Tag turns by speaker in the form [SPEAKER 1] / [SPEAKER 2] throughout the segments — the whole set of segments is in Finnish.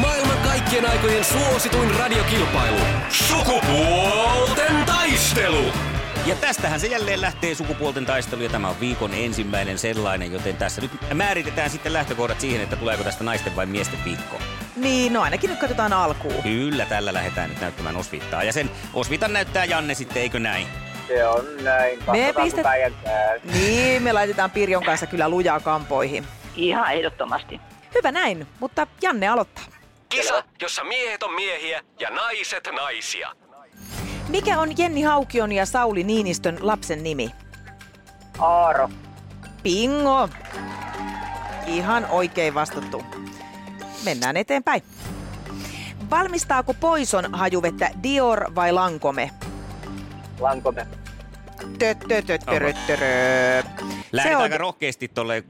[SPEAKER 1] Maailman kaikkien aikojen suosituin radiokilpailu. Sukupuolten taistelu.
[SPEAKER 2] Ja tästähän se jälleen lähtee sukupuolten taistelu ja tämä on viikon ensimmäinen sellainen, joten tässä nyt määritetään sitten lähtökohdat siihen, että tuleeko tästä naisten vai miesten viikko.
[SPEAKER 3] Niin, no ainakin nyt katsotaan alkuun.
[SPEAKER 2] Kyllä, tällä lähdetään nyt näyttämään osvittaa ja sen osvitan näyttää Janne sitten, eikö näin?
[SPEAKER 4] Se on näin.
[SPEAKER 3] Me
[SPEAKER 4] Me
[SPEAKER 3] pistet-
[SPEAKER 4] pistet...
[SPEAKER 3] Niin, me laitetaan Pirjon kanssa kyllä lujaa kampoihin.
[SPEAKER 5] Ihan ehdottomasti.
[SPEAKER 3] Hyvä näin, mutta Janne aloittaa.
[SPEAKER 1] Kisa, jossa miehet on miehiä ja naiset naisia.
[SPEAKER 3] Mikä on Jenni Haukion ja Sauli Niinistön lapsen nimi?
[SPEAKER 4] Aaro.
[SPEAKER 3] Pingo! Ihan oikein vastattu. Mennään eteenpäin. Valmistaako Poison hajuvettä Dior vai Lankome?
[SPEAKER 4] Lankome.
[SPEAKER 3] Tö, tö, tö, törö, törö. Se
[SPEAKER 2] Lähdetään
[SPEAKER 3] on
[SPEAKER 2] aika rohkeasti tuolle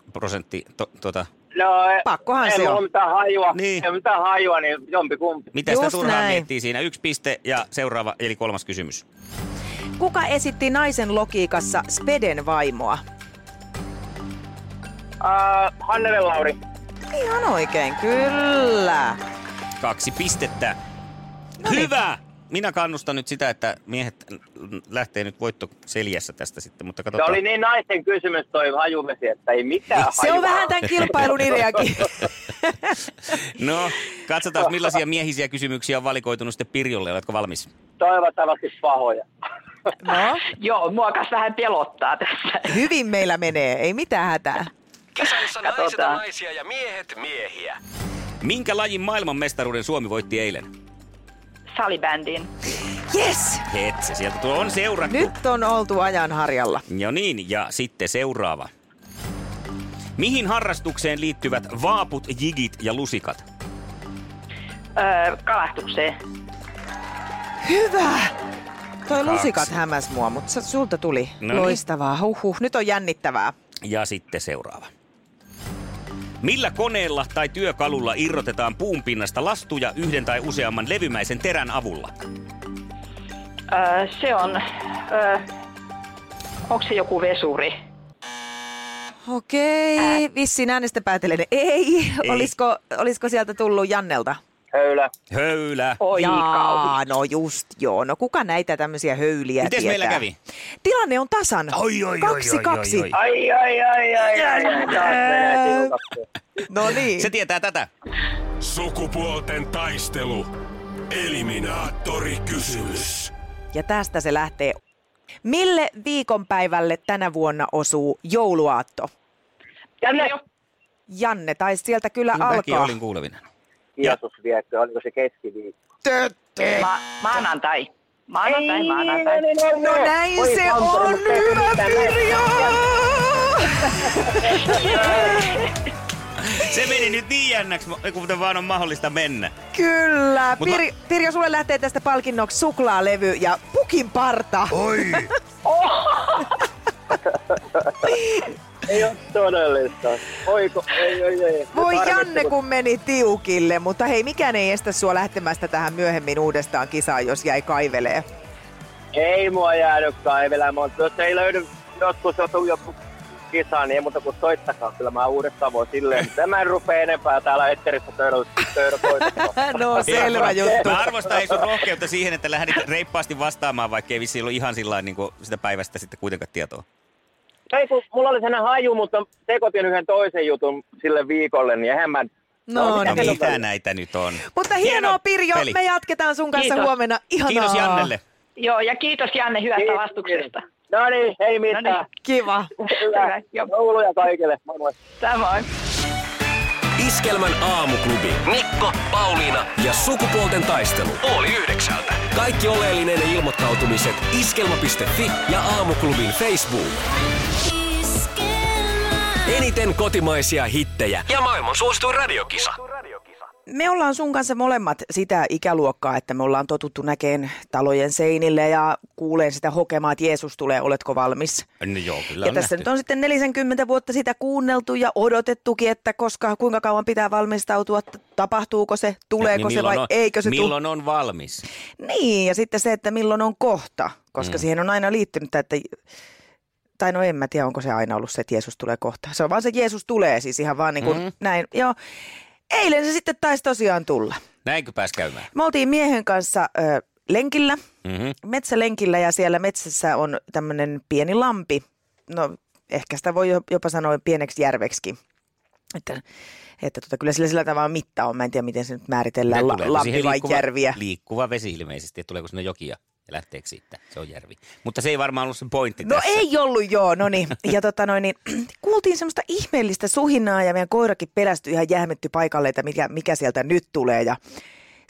[SPEAKER 2] 50-50 prosentti. To, tota.
[SPEAKER 4] No, e-
[SPEAKER 3] Pakkohan
[SPEAKER 4] ei
[SPEAKER 3] se
[SPEAKER 4] mulla
[SPEAKER 3] on.
[SPEAKER 4] mitään hajua.
[SPEAKER 2] Niin.
[SPEAKER 4] Niin. Ei mulla mitään hajua, niin jompi kumpi.
[SPEAKER 2] Mitä sitä
[SPEAKER 3] Just
[SPEAKER 2] turhaa
[SPEAKER 3] näin.
[SPEAKER 2] miettii siinä? Yksi piste ja seuraava, eli kolmas kysymys.
[SPEAKER 3] Kuka esitti naisen logiikassa Speden vaimoa?
[SPEAKER 4] Uh, Hannele Lauri.
[SPEAKER 3] Tota. Ihan oikein, kyllä.
[SPEAKER 2] Kaksi pistettä.
[SPEAKER 3] Noniin.
[SPEAKER 2] Hyvä! Minä kannustan nyt sitä, että miehet lähtee nyt voitto seljässä tästä sitten, mutta
[SPEAKER 4] Se
[SPEAKER 2] katsotaan.
[SPEAKER 4] oli niin naisten kysymys toi hajuvesi, että ei mitään
[SPEAKER 3] Se on
[SPEAKER 4] hajua.
[SPEAKER 3] vähän tämän kilpailun ideakin.
[SPEAKER 2] No, katsotaan millaisia miehisiä kysymyksiä on valikoitunut sitten Pirjolle. Oletko valmis?
[SPEAKER 4] Toivottavasti pahoja.
[SPEAKER 3] No,
[SPEAKER 5] Joo, mua kas vähän pelottaa tässä.
[SPEAKER 3] hyvin meillä menee, ei mitään hätää.
[SPEAKER 1] Kisa, jossa naiset on
[SPEAKER 5] Katsotaan.
[SPEAKER 1] naisia ja miehet miehiä.
[SPEAKER 2] Minkä lajin maailmanmestaruuden Suomi voitti eilen?
[SPEAKER 5] Salibändin.
[SPEAKER 3] Yes,
[SPEAKER 2] Het, se sieltä tuo on seurattu.
[SPEAKER 3] nyt on oltu ajan harjalla.
[SPEAKER 2] Ja niin, ja sitten seuraava. Mihin harrastukseen liittyvät vaaput, jigit ja lusikat?
[SPEAKER 5] Öö, kalastukseen.
[SPEAKER 3] Hyvä. Toi
[SPEAKER 2] Kaksi.
[SPEAKER 3] lusikat hämäs mua, mutta sä- sulta tuli.
[SPEAKER 2] No niin.
[SPEAKER 3] Loistavaa. Huhhuh, nyt on jännittävää.
[SPEAKER 2] Ja sitten seuraava. Millä koneella tai työkalulla irrotetaan puun pinnasta lastuja yhden tai useamman levymäisen terän avulla?
[SPEAKER 5] Öö, se on... Öö, onko se joku vesuri?
[SPEAKER 3] Okei, vissiin äänestä päätelen. Ei,
[SPEAKER 2] Ei.
[SPEAKER 3] Olisiko, olisiko sieltä tullut Jannelta?
[SPEAKER 4] Höylä.
[SPEAKER 2] Höylä.
[SPEAKER 5] Oi kauhu.
[SPEAKER 3] Jaa, no just joo. No kuka näitä tämmöisiä höyliä
[SPEAKER 2] Mites
[SPEAKER 3] tietää?
[SPEAKER 2] meillä kävi?
[SPEAKER 3] Tilanne on tasan.
[SPEAKER 2] Oi, oi, oi,
[SPEAKER 3] kaksi,
[SPEAKER 2] oi, oi,
[SPEAKER 3] kaksi.
[SPEAKER 2] oi.
[SPEAKER 4] Ai, ai, ai, ai, ai, ai. Taas menee tiukaksi.
[SPEAKER 3] No niin.
[SPEAKER 2] Se tietää tätä.
[SPEAKER 1] Sukupuolten taistelu. Eliminaattori kysymys.
[SPEAKER 3] Ja tästä se lähtee. Mille viikonpäivälle tänä vuonna osuu jouluaatto?
[SPEAKER 4] Tänne.
[SPEAKER 5] Jo-
[SPEAKER 3] Janne, tai sieltä kyllä
[SPEAKER 2] Mäkin
[SPEAKER 3] alkaa.
[SPEAKER 2] olin kuulevina.
[SPEAKER 4] Kiitos viekö, oliko se keskiviikko?
[SPEAKER 5] Ma- maanantai. Maanantai, maanantai.
[SPEAKER 3] No näin
[SPEAKER 4] Oi,
[SPEAKER 3] se
[SPEAKER 4] Santeri,
[SPEAKER 3] on,
[SPEAKER 4] mutta ei
[SPEAKER 3] hyvä
[SPEAKER 4] mitään.
[SPEAKER 3] Pirjo!
[SPEAKER 2] Se meni nyt niin jännäksi, kuten vaan on mahdollista mennä.
[SPEAKER 3] Kyllä.
[SPEAKER 2] Mut mä-
[SPEAKER 3] Pir- Pirjo, sulle lähtee tästä palkinnoksi suklaalevy ja pukin parta.
[SPEAKER 2] Oi!
[SPEAKER 4] Ei ole todellista. Oiko, ei, ei, ei.
[SPEAKER 3] Voi
[SPEAKER 4] Harmitti,
[SPEAKER 3] Janne,
[SPEAKER 4] kun-
[SPEAKER 3] kun meni tiukille, mutta hei, mikään ei estä sua lähtemästä tähän myöhemmin uudestaan kisaan, jos jäi kaivelee.
[SPEAKER 4] Ei mua jäänyt kaivelemaan, mutta jos ei löydy joskus joku, joku kisa, niin ei muuta kuin soittakaa. Kyllä mä uudestaan voin silleen, mutta mä en rupea enempää täällä etterissä töydä
[SPEAKER 3] No selvä juttu.
[SPEAKER 2] Mä arvostan ei sun rohkeutta siihen, että lähdit reippaasti vastaamaan, vaikka ei vissiin ollut ihan sillä niin sitä päivästä sitten kuitenkaan tietoa.
[SPEAKER 4] Ei kun mulla oli sellainen haju, mutta tekotin yhden toisen jutun sille viikolle, niin eihän mä...
[SPEAKER 3] No
[SPEAKER 4] mitä
[SPEAKER 2] No
[SPEAKER 3] niin.
[SPEAKER 4] teillä on
[SPEAKER 2] mitä
[SPEAKER 4] väliä?
[SPEAKER 2] näitä nyt on?
[SPEAKER 3] Mutta hienoa
[SPEAKER 2] Hieno
[SPEAKER 3] Pirjo,
[SPEAKER 2] peli.
[SPEAKER 3] me jatketaan sun kanssa
[SPEAKER 5] Kiitos.
[SPEAKER 3] huomenna. Ihanaa.
[SPEAKER 2] Kiitos Jannelle.
[SPEAKER 5] Joo, ja kiitos Janne hyvästä vastuksesta.
[SPEAKER 4] No niin, ei
[SPEAKER 5] No
[SPEAKER 4] mitään.
[SPEAKER 3] Kiva.
[SPEAKER 4] Hyvä.
[SPEAKER 5] Joo.
[SPEAKER 4] Jouluja kaikille. Moi moi.
[SPEAKER 5] Samoin.
[SPEAKER 1] Iskelmän aamuklubi. Mikko, Pauliina ja sukupuolten taistelu. Oli yhdeksältä. Kaikki oleellinen ilmoittautumiset iskelma.fi ja aamuklubin Facebook.
[SPEAKER 6] Esquema.
[SPEAKER 1] Eniten kotimaisia hittejä ja maailman suosituin radiokisa.
[SPEAKER 3] Me ollaan sun kanssa molemmat sitä ikäluokkaa, että me ollaan totuttu näkeen talojen seinille ja kuuleen sitä hokemaa, että Jeesus tulee, oletko valmis?
[SPEAKER 2] No joo, kyllä
[SPEAKER 3] Ja
[SPEAKER 2] on
[SPEAKER 3] tässä
[SPEAKER 2] nähty.
[SPEAKER 3] nyt on sitten 40 vuotta sitä kuunneltu ja odotettukin, että koska, kuinka kauan pitää valmistautua, t- tapahtuuko se, tuleeko se vai
[SPEAKER 2] Niin, milloin on,
[SPEAKER 3] eikö se tule.
[SPEAKER 2] Milloin on valmis?
[SPEAKER 3] Niin, ja sitten se, että milloin on kohta, koska mm. siihen on aina liittynyt, tämä, että tai no en mä tiedä, onko se aina ollut se, että Jeesus tulee kohta. Se on vaan se, että Jeesus tulee siis ihan vaan niin kuin mm. näin. Joo, eilen se sitten taisi tosiaan tulla.
[SPEAKER 2] Näinkö pääs käymään?
[SPEAKER 3] Me oltiin miehen kanssa ö, lenkillä,
[SPEAKER 2] Mm-hmm.
[SPEAKER 3] metsälenkillä ja siellä metsässä on tämmöinen pieni lampi. No ehkä sitä voi jo- jopa sanoa pieneksi järveksi. Että, että tota, kyllä sillä sillä tavalla mitta on. Mä en tiedä, miten se nyt määritellään, la, lampi vai järviä.
[SPEAKER 2] Liikkuva vesi ilmeisesti, että tuleeko sinne jokia ja lähteekö siitä. Se on järvi. Mutta se ei varmaan ollut sen pointti
[SPEAKER 3] No
[SPEAKER 2] tässä.
[SPEAKER 3] ei ollut joo, no niin. Ja tota noin, niin, kuultiin semmoista ihmeellistä suhinaa ja meidän koirakin pelästyi ihan jähmetty paikalle, että mikä, mikä sieltä nyt tulee. Ja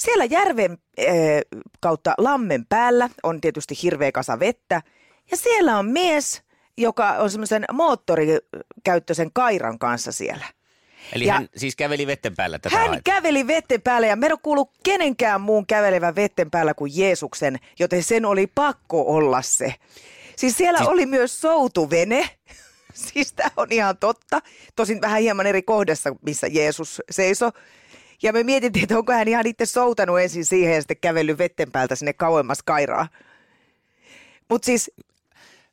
[SPEAKER 3] siellä järven äh, kautta lammen päällä on tietysti hirveä kasa vettä ja siellä on mies, joka on semmoisen moottorikäyttöisen kairan kanssa siellä.
[SPEAKER 2] Eli
[SPEAKER 3] Ja-
[SPEAKER 2] hän siis käveli vetten päällä tätä
[SPEAKER 3] Hän
[SPEAKER 2] haet-
[SPEAKER 3] käveli vetten päälle ja me en ole kuullut kenenkään muun kävelevän vetten päällä kuin Jeesuksen, joten sen oli pakko olla se. Siis siellä siis... oli myös soutuvene. Siis tämä on ihan totta. Tosin vähän hieman eri kohdassa, missä Jeesus seisoi. Ja me mietittiin, että onko hän ihan itse soutanut ensin siihen ja sitten kävellyt vetten päältä sinne kauemmas kairaan. Mutta siis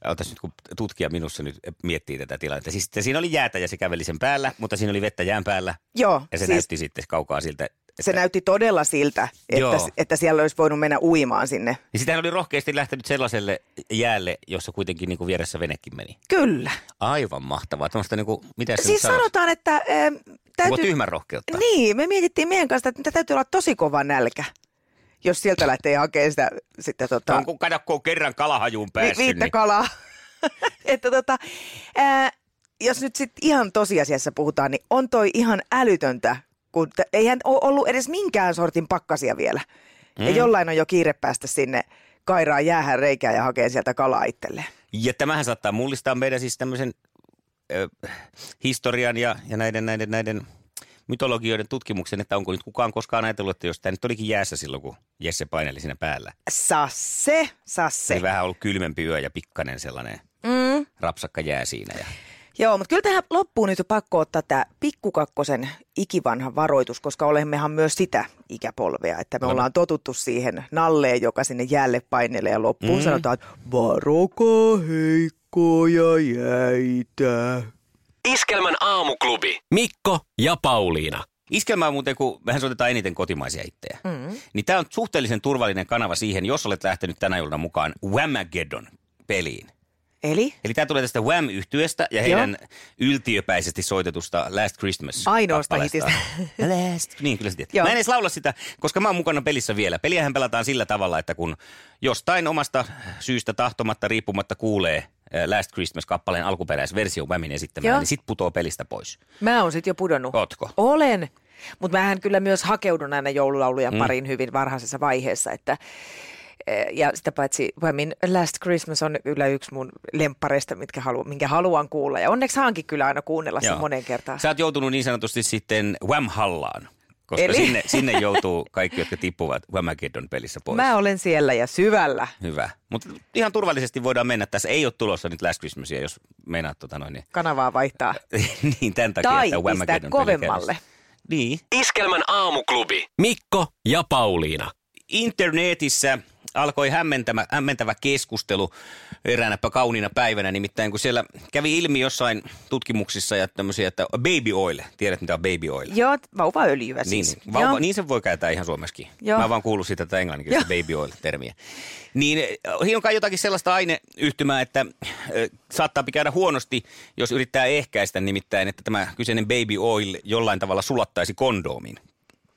[SPEAKER 2] Ootas nyt, kun tutkija minussa nyt miettii tätä tilannetta. Siis, että siinä oli jäätä ja se käveli sen päällä, mutta siinä oli vettä jään päällä.
[SPEAKER 3] Joo,
[SPEAKER 2] Ja se
[SPEAKER 3] siis-
[SPEAKER 2] siis... näytti sitten kaukaa siltä. Että...
[SPEAKER 3] se näytti todella siltä, että,
[SPEAKER 2] Joo.
[SPEAKER 3] että siellä olisi voinut mennä uimaan sinne.
[SPEAKER 2] Niin sitä hän oli rohkeasti lähtenyt sellaiselle jäälle, jossa kuitenkin niin kuin vieressä venekin meni.
[SPEAKER 3] Kyllä.
[SPEAKER 2] Aivan mahtavaa. Tuommoista niin kuin, mitä se
[SPEAKER 3] Siis
[SPEAKER 2] nyt sanoisi?
[SPEAKER 3] sanotaan, että ähm,
[SPEAKER 2] Onko
[SPEAKER 3] täytyy...
[SPEAKER 2] tyhmän rohkeutta?
[SPEAKER 3] Niin, me mietittiin meidän kanssa, että nyt täytyy olla tosi kova nälkä, jos sieltä lähtee hakemaan sitä sitten tota,
[SPEAKER 2] Onko kato, kun on kerran kalahajuun
[SPEAKER 3] vi-
[SPEAKER 2] päässyt,
[SPEAKER 3] viittä
[SPEAKER 2] niin
[SPEAKER 3] kalaa. että tota, ää, jos nyt sitten ihan tosiasiassa puhutaan, niin on toi ihan älytöntä, kun t- eihän ole ollut edes minkään sortin pakkasia vielä. Mm. Ja jollain on jo kiire päästä sinne kairaan jäähän reikään ja hakee sieltä kalaa itselleen.
[SPEAKER 2] Ja tämähän saattaa mullistaa meidän siis tämmöisen ö, historian ja, ja näiden, näiden, näiden mytologioiden tutkimuksen, että onko nyt kukaan koskaan ajatellut, että jos tämä nyt olikin jäässä silloin, kun Jesse paineli siinä päällä.
[SPEAKER 3] Sasse,
[SPEAKER 2] Se.
[SPEAKER 3] sasse.
[SPEAKER 2] Eli vähän ollut kylmempi yö ja pikkainen sellainen
[SPEAKER 3] Mm.
[SPEAKER 2] rapsakka jää siinä. Ja...
[SPEAKER 3] Joo, mutta kyllä tähän loppuun nyt on pakko ottaa tämä pikkukakkosen ikivanha varoitus, koska olemmehan myös sitä ikäpolvea, että me
[SPEAKER 2] Olemme.
[SPEAKER 3] ollaan totuttu siihen nalleen, joka sinne jäälle painelee ja loppuun mm. sanotaan, että varokaa heikkoja jäitä.
[SPEAKER 1] Iskelmän aamuklubi. Mikko ja Pauliina.
[SPEAKER 2] Iskelmä on muuten, kun mehän soitetaan eniten kotimaisia ittejä. Mm. Niin tämä on suhteellisen turvallinen kanava siihen, jos olet lähtenyt tänä iltana mukaan Whamageddon peliin.
[SPEAKER 3] Eli
[SPEAKER 2] Eli tämä tulee tästä wham yhtyeestä ja heidän yltiöpäisesti soitetusta Last Christmas.
[SPEAKER 3] Ainoasta
[SPEAKER 2] kappaleestaan. Last. Niin, kyllä se tietää.
[SPEAKER 3] Joo.
[SPEAKER 2] Mä en edes laula sitä, koska mä oon mukana pelissä vielä. Peliähän pelataan sillä tavalla, että kun jostain omasta syystä tahtomatta riippumatta kuulee äh, Last Christmas-kappaleen alkuperäisversio Whamin esittämänä,
[SPEAKER 3] Joo.
[SPEAKER 2] niin sit putoo pelistä pois.
[SPEAKER 3] mä oon sit jo pudonnut.
[SPEAKER 2] Ootko?
[SPEAKER 3] Olen. Mutta mähän kyllä myös hakeudun aina joululaulujen mm. pariin hyvin varhaisessa vaiheessa, että eh, ja sitä paitsi Whamin Last Christmas on kyllä yksi mun lemppareista, mitkä haluan, minkä haluan kuulla. Ja onneksi haankin kyllä aina kuunnella sen
[SPEAKER 2] Joo.
[SPEAKER 3] monen kertaan.
[SPEAKER 2] Sä oot joutunut niin sanotusti sitten Wham-hallaan, koska
[SPEAKER 3] Eli-
[SPEAKER 2] Eli... sinne, sinne joutuu kaikki, jotka tippuvat Whamageddon pelissä pois.
[SPEAKER 3] Mä olen siellä ja syvällä.
[SPEAKER 2] Hyvä. Mutta ihan turvallisesti voidaan mennä. Tässä ei ole tulossa nyt Last Christmasia, jos meinaat tota noin, niin,
[SPEAKER 3] Kanavaa vaihtaa.
[SPEAKER 2] niin tämän takia,
[SPEAKER 3] Tai
[SPEAKER 2] että
[SPEAKER 3] pistää
[SPEAKER 2] Whamageddon
[SPEAKER 3] kovemmalle.
[SPEAKER 2] pelikäynnössä. Niin.
[SPEAKER 1] Iskelmän aamuklubi. Mikko ja Pauliina.
[SPEAKER 2] Internetissä alkoi hämmentävä, hämmentävä keskustelu eräänä kauniina päivänä, nimittäin kun siellä kävi ilmi jossain tutkimuksissa ja tämmöisiä, että baby oil, tiedät mitä on baby oil?
[SPEAKER 3] Joo, vauvaöljyä
[SPEAKER 2] Niin,
[SPEAKER 3] siis. Joo.
[SPEAKER 2] vauva, niin sen voi käyttää ihan suomessakin.
[SPEAKER 3] Joo.
[SPEAKER 2] Joo. Mä oon vaan kuullut siitä tätä englanninkielistä baby oil-termiä. Niin äh, siinä on kai jotakin sellaista aineyhtymää, että äh, saattaa käydä huonosti, jos yrittää ehkäistä nimittäin, että tämä kyseinen baby oil jollain tavalla sulattaisi kondoomin.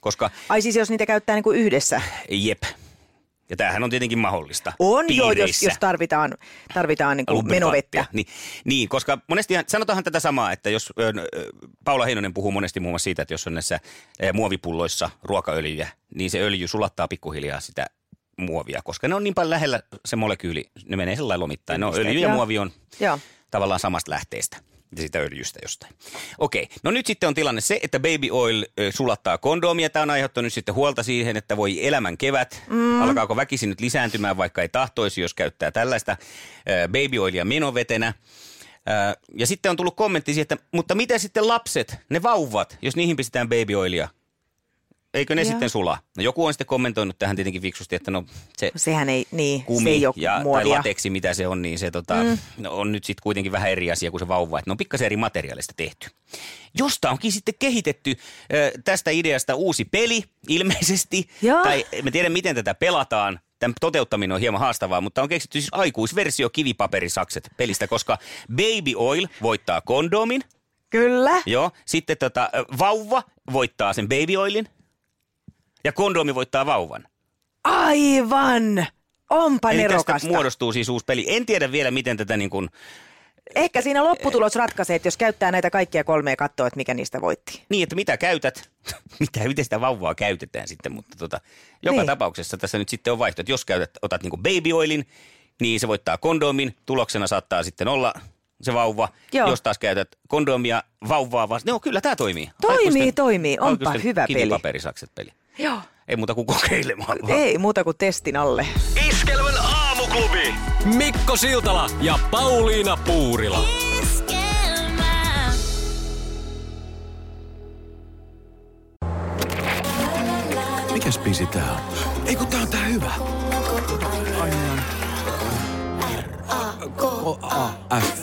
[SPEAKER 2] Koska,
[SPEAKER 3] Ai siis jos niitä käyttää niinku yhdessä.
[SPEAKER 2] jep, ja tämähän on tietenkin mahdollista.
[SPEAKER 3] On jo, jos,
[SPEAKER 2] piireissä.
[SPEAKER 3] jos tarvitaan, tarvitaan niinku menovettä.
[SPEAKER 2] Niin, niin, koska monesti sanotaan tätä samaa, että jos ö, ö, Paula Heinonen puhuu monesti muun muassa siitä, että jos on näissä ö, muovipulloissa ruokaöljyjä, niin se öljy sulattaa pikkuhiljaa sitä muovia, koska ne on niin paljon lähellä se molekyyli, ne menee sellainen lomittain. No
[SPEAKER 3] Yhdisteet,
[SPEAKER 2] öljy ja
[SPEAKER 3] joo.
[SPEAKER 2] muovi on
[SPEAKER 3] Joo.
[SPEAKER 2] tavallaan samasta lähteestä. siitä öljystä jostain. Okei, no nyt sitten on tilanne se, että baby oil ö, sulattaa kondoomia. Tämä on aiheuttanut sitten huolta siihen, että voi elämän kevät. Mm. Alkaako väkisin nyt lisääntymään, vaikka ei tahtoisi, jos käyttää tällaista ö, baby oilia menovetenä. Ö, Ja sitten on tullut kommentti siihen, että mutta miten sitten lapset, ne vauvat, jos niihin pistetään baby oilia? Eikö ne
[SPEAKER 3] Joo.
[SPEAKER 2] sitten sula? No joku on sitten kommentoinut tähän tietenkin fiksusti, että no se
[SPEAKER 3] Sehän ei, niin,
[SPEAKER 2] kumi
[SPEAKER 3] se ei ole
[SPEAKER 2] ja, tai
[SPEAKER 3] muovia.
[SPEAKER 2] lateksi, mitä se on, niin se tota, mm. on nyt sitten kuitenkin vähän eri asia kuin se vauva. Että ne on pikkasen eri materiaalista tehty. Josta onkin sitten kehitetty ö, tästä ideasta uusi peli ilmeisesti.
[SPEAKER 3] Joo.
[SPEAKER 2] Tai mä tiedän, miten tätä pelataan. Tämän toteuttaminen on hieman haastavaa, mutta on keksitty siis aikuisversio kivipaperisakset pelistä, koska Baby Oil voittaa kondomin.
[SPEAKER 3] Kyllä.
[SPEAKER 2] Joo. Sitten tota, ö, vauva voittaa sen Baby Oilin ja kondomi voittaa vauvan.
[SPEAKER 3] Aivan. Onpa
[SPEAKER 2] Eli
[SPEAKER 3] nerokasta.
[SPEAKER 2] tästä muodostuu siis uusi peli. En tiedä vielä, miten tätä niin kuin...
[SPEAKER 3] Ehkä siinä lopputulos ratkaisee, että jos käyttää näitä kaikkia kolmea ja katsoo, että mikä niistä voitti.
[SPEAKER 2] Niin, että mitä käytät, mitä, miten sitä vauvaa käytetään sitten, mutta tota, joka
[SPEAKER 3] Niin.
[SPEAKER 2] niin. tapauksessa tässä nyt sitten on vaihtoehto. Että jos käytät, otat niin kuin baby oilin, niin se voittaa kondomin. Tuloksena saattaa sitten olla se vauva.
[SPEAKER 3] Joo.
[SPEAKER 2] Jos taas käytät kondomia vauvaa vastaan. No kyllä tämä toimii.
[SPEAKER 3] Toimii, toimii. Onpa
[SPEAKER 2] aikuisten
[SPEAKER 3] hyvä peli.
[SPEAKER 2] kivipaperisakset peli.
[SPEAKER 3] Joo.
[SPEAKER 2] Ei muuta kuin kokeilemaan vaan.
[SPEAKER 3] Ei muuta kuin testin alle.
[SPEAKER 7] Iskelmän aamuklubi. Mikko Siltala ja Pauliina Puurila.
[SPEAKER 6] Esquema.
[SPEAKER 1] Mikäs biisi tää on? Ei kun tää on tää hyvä. niin. K-A-F.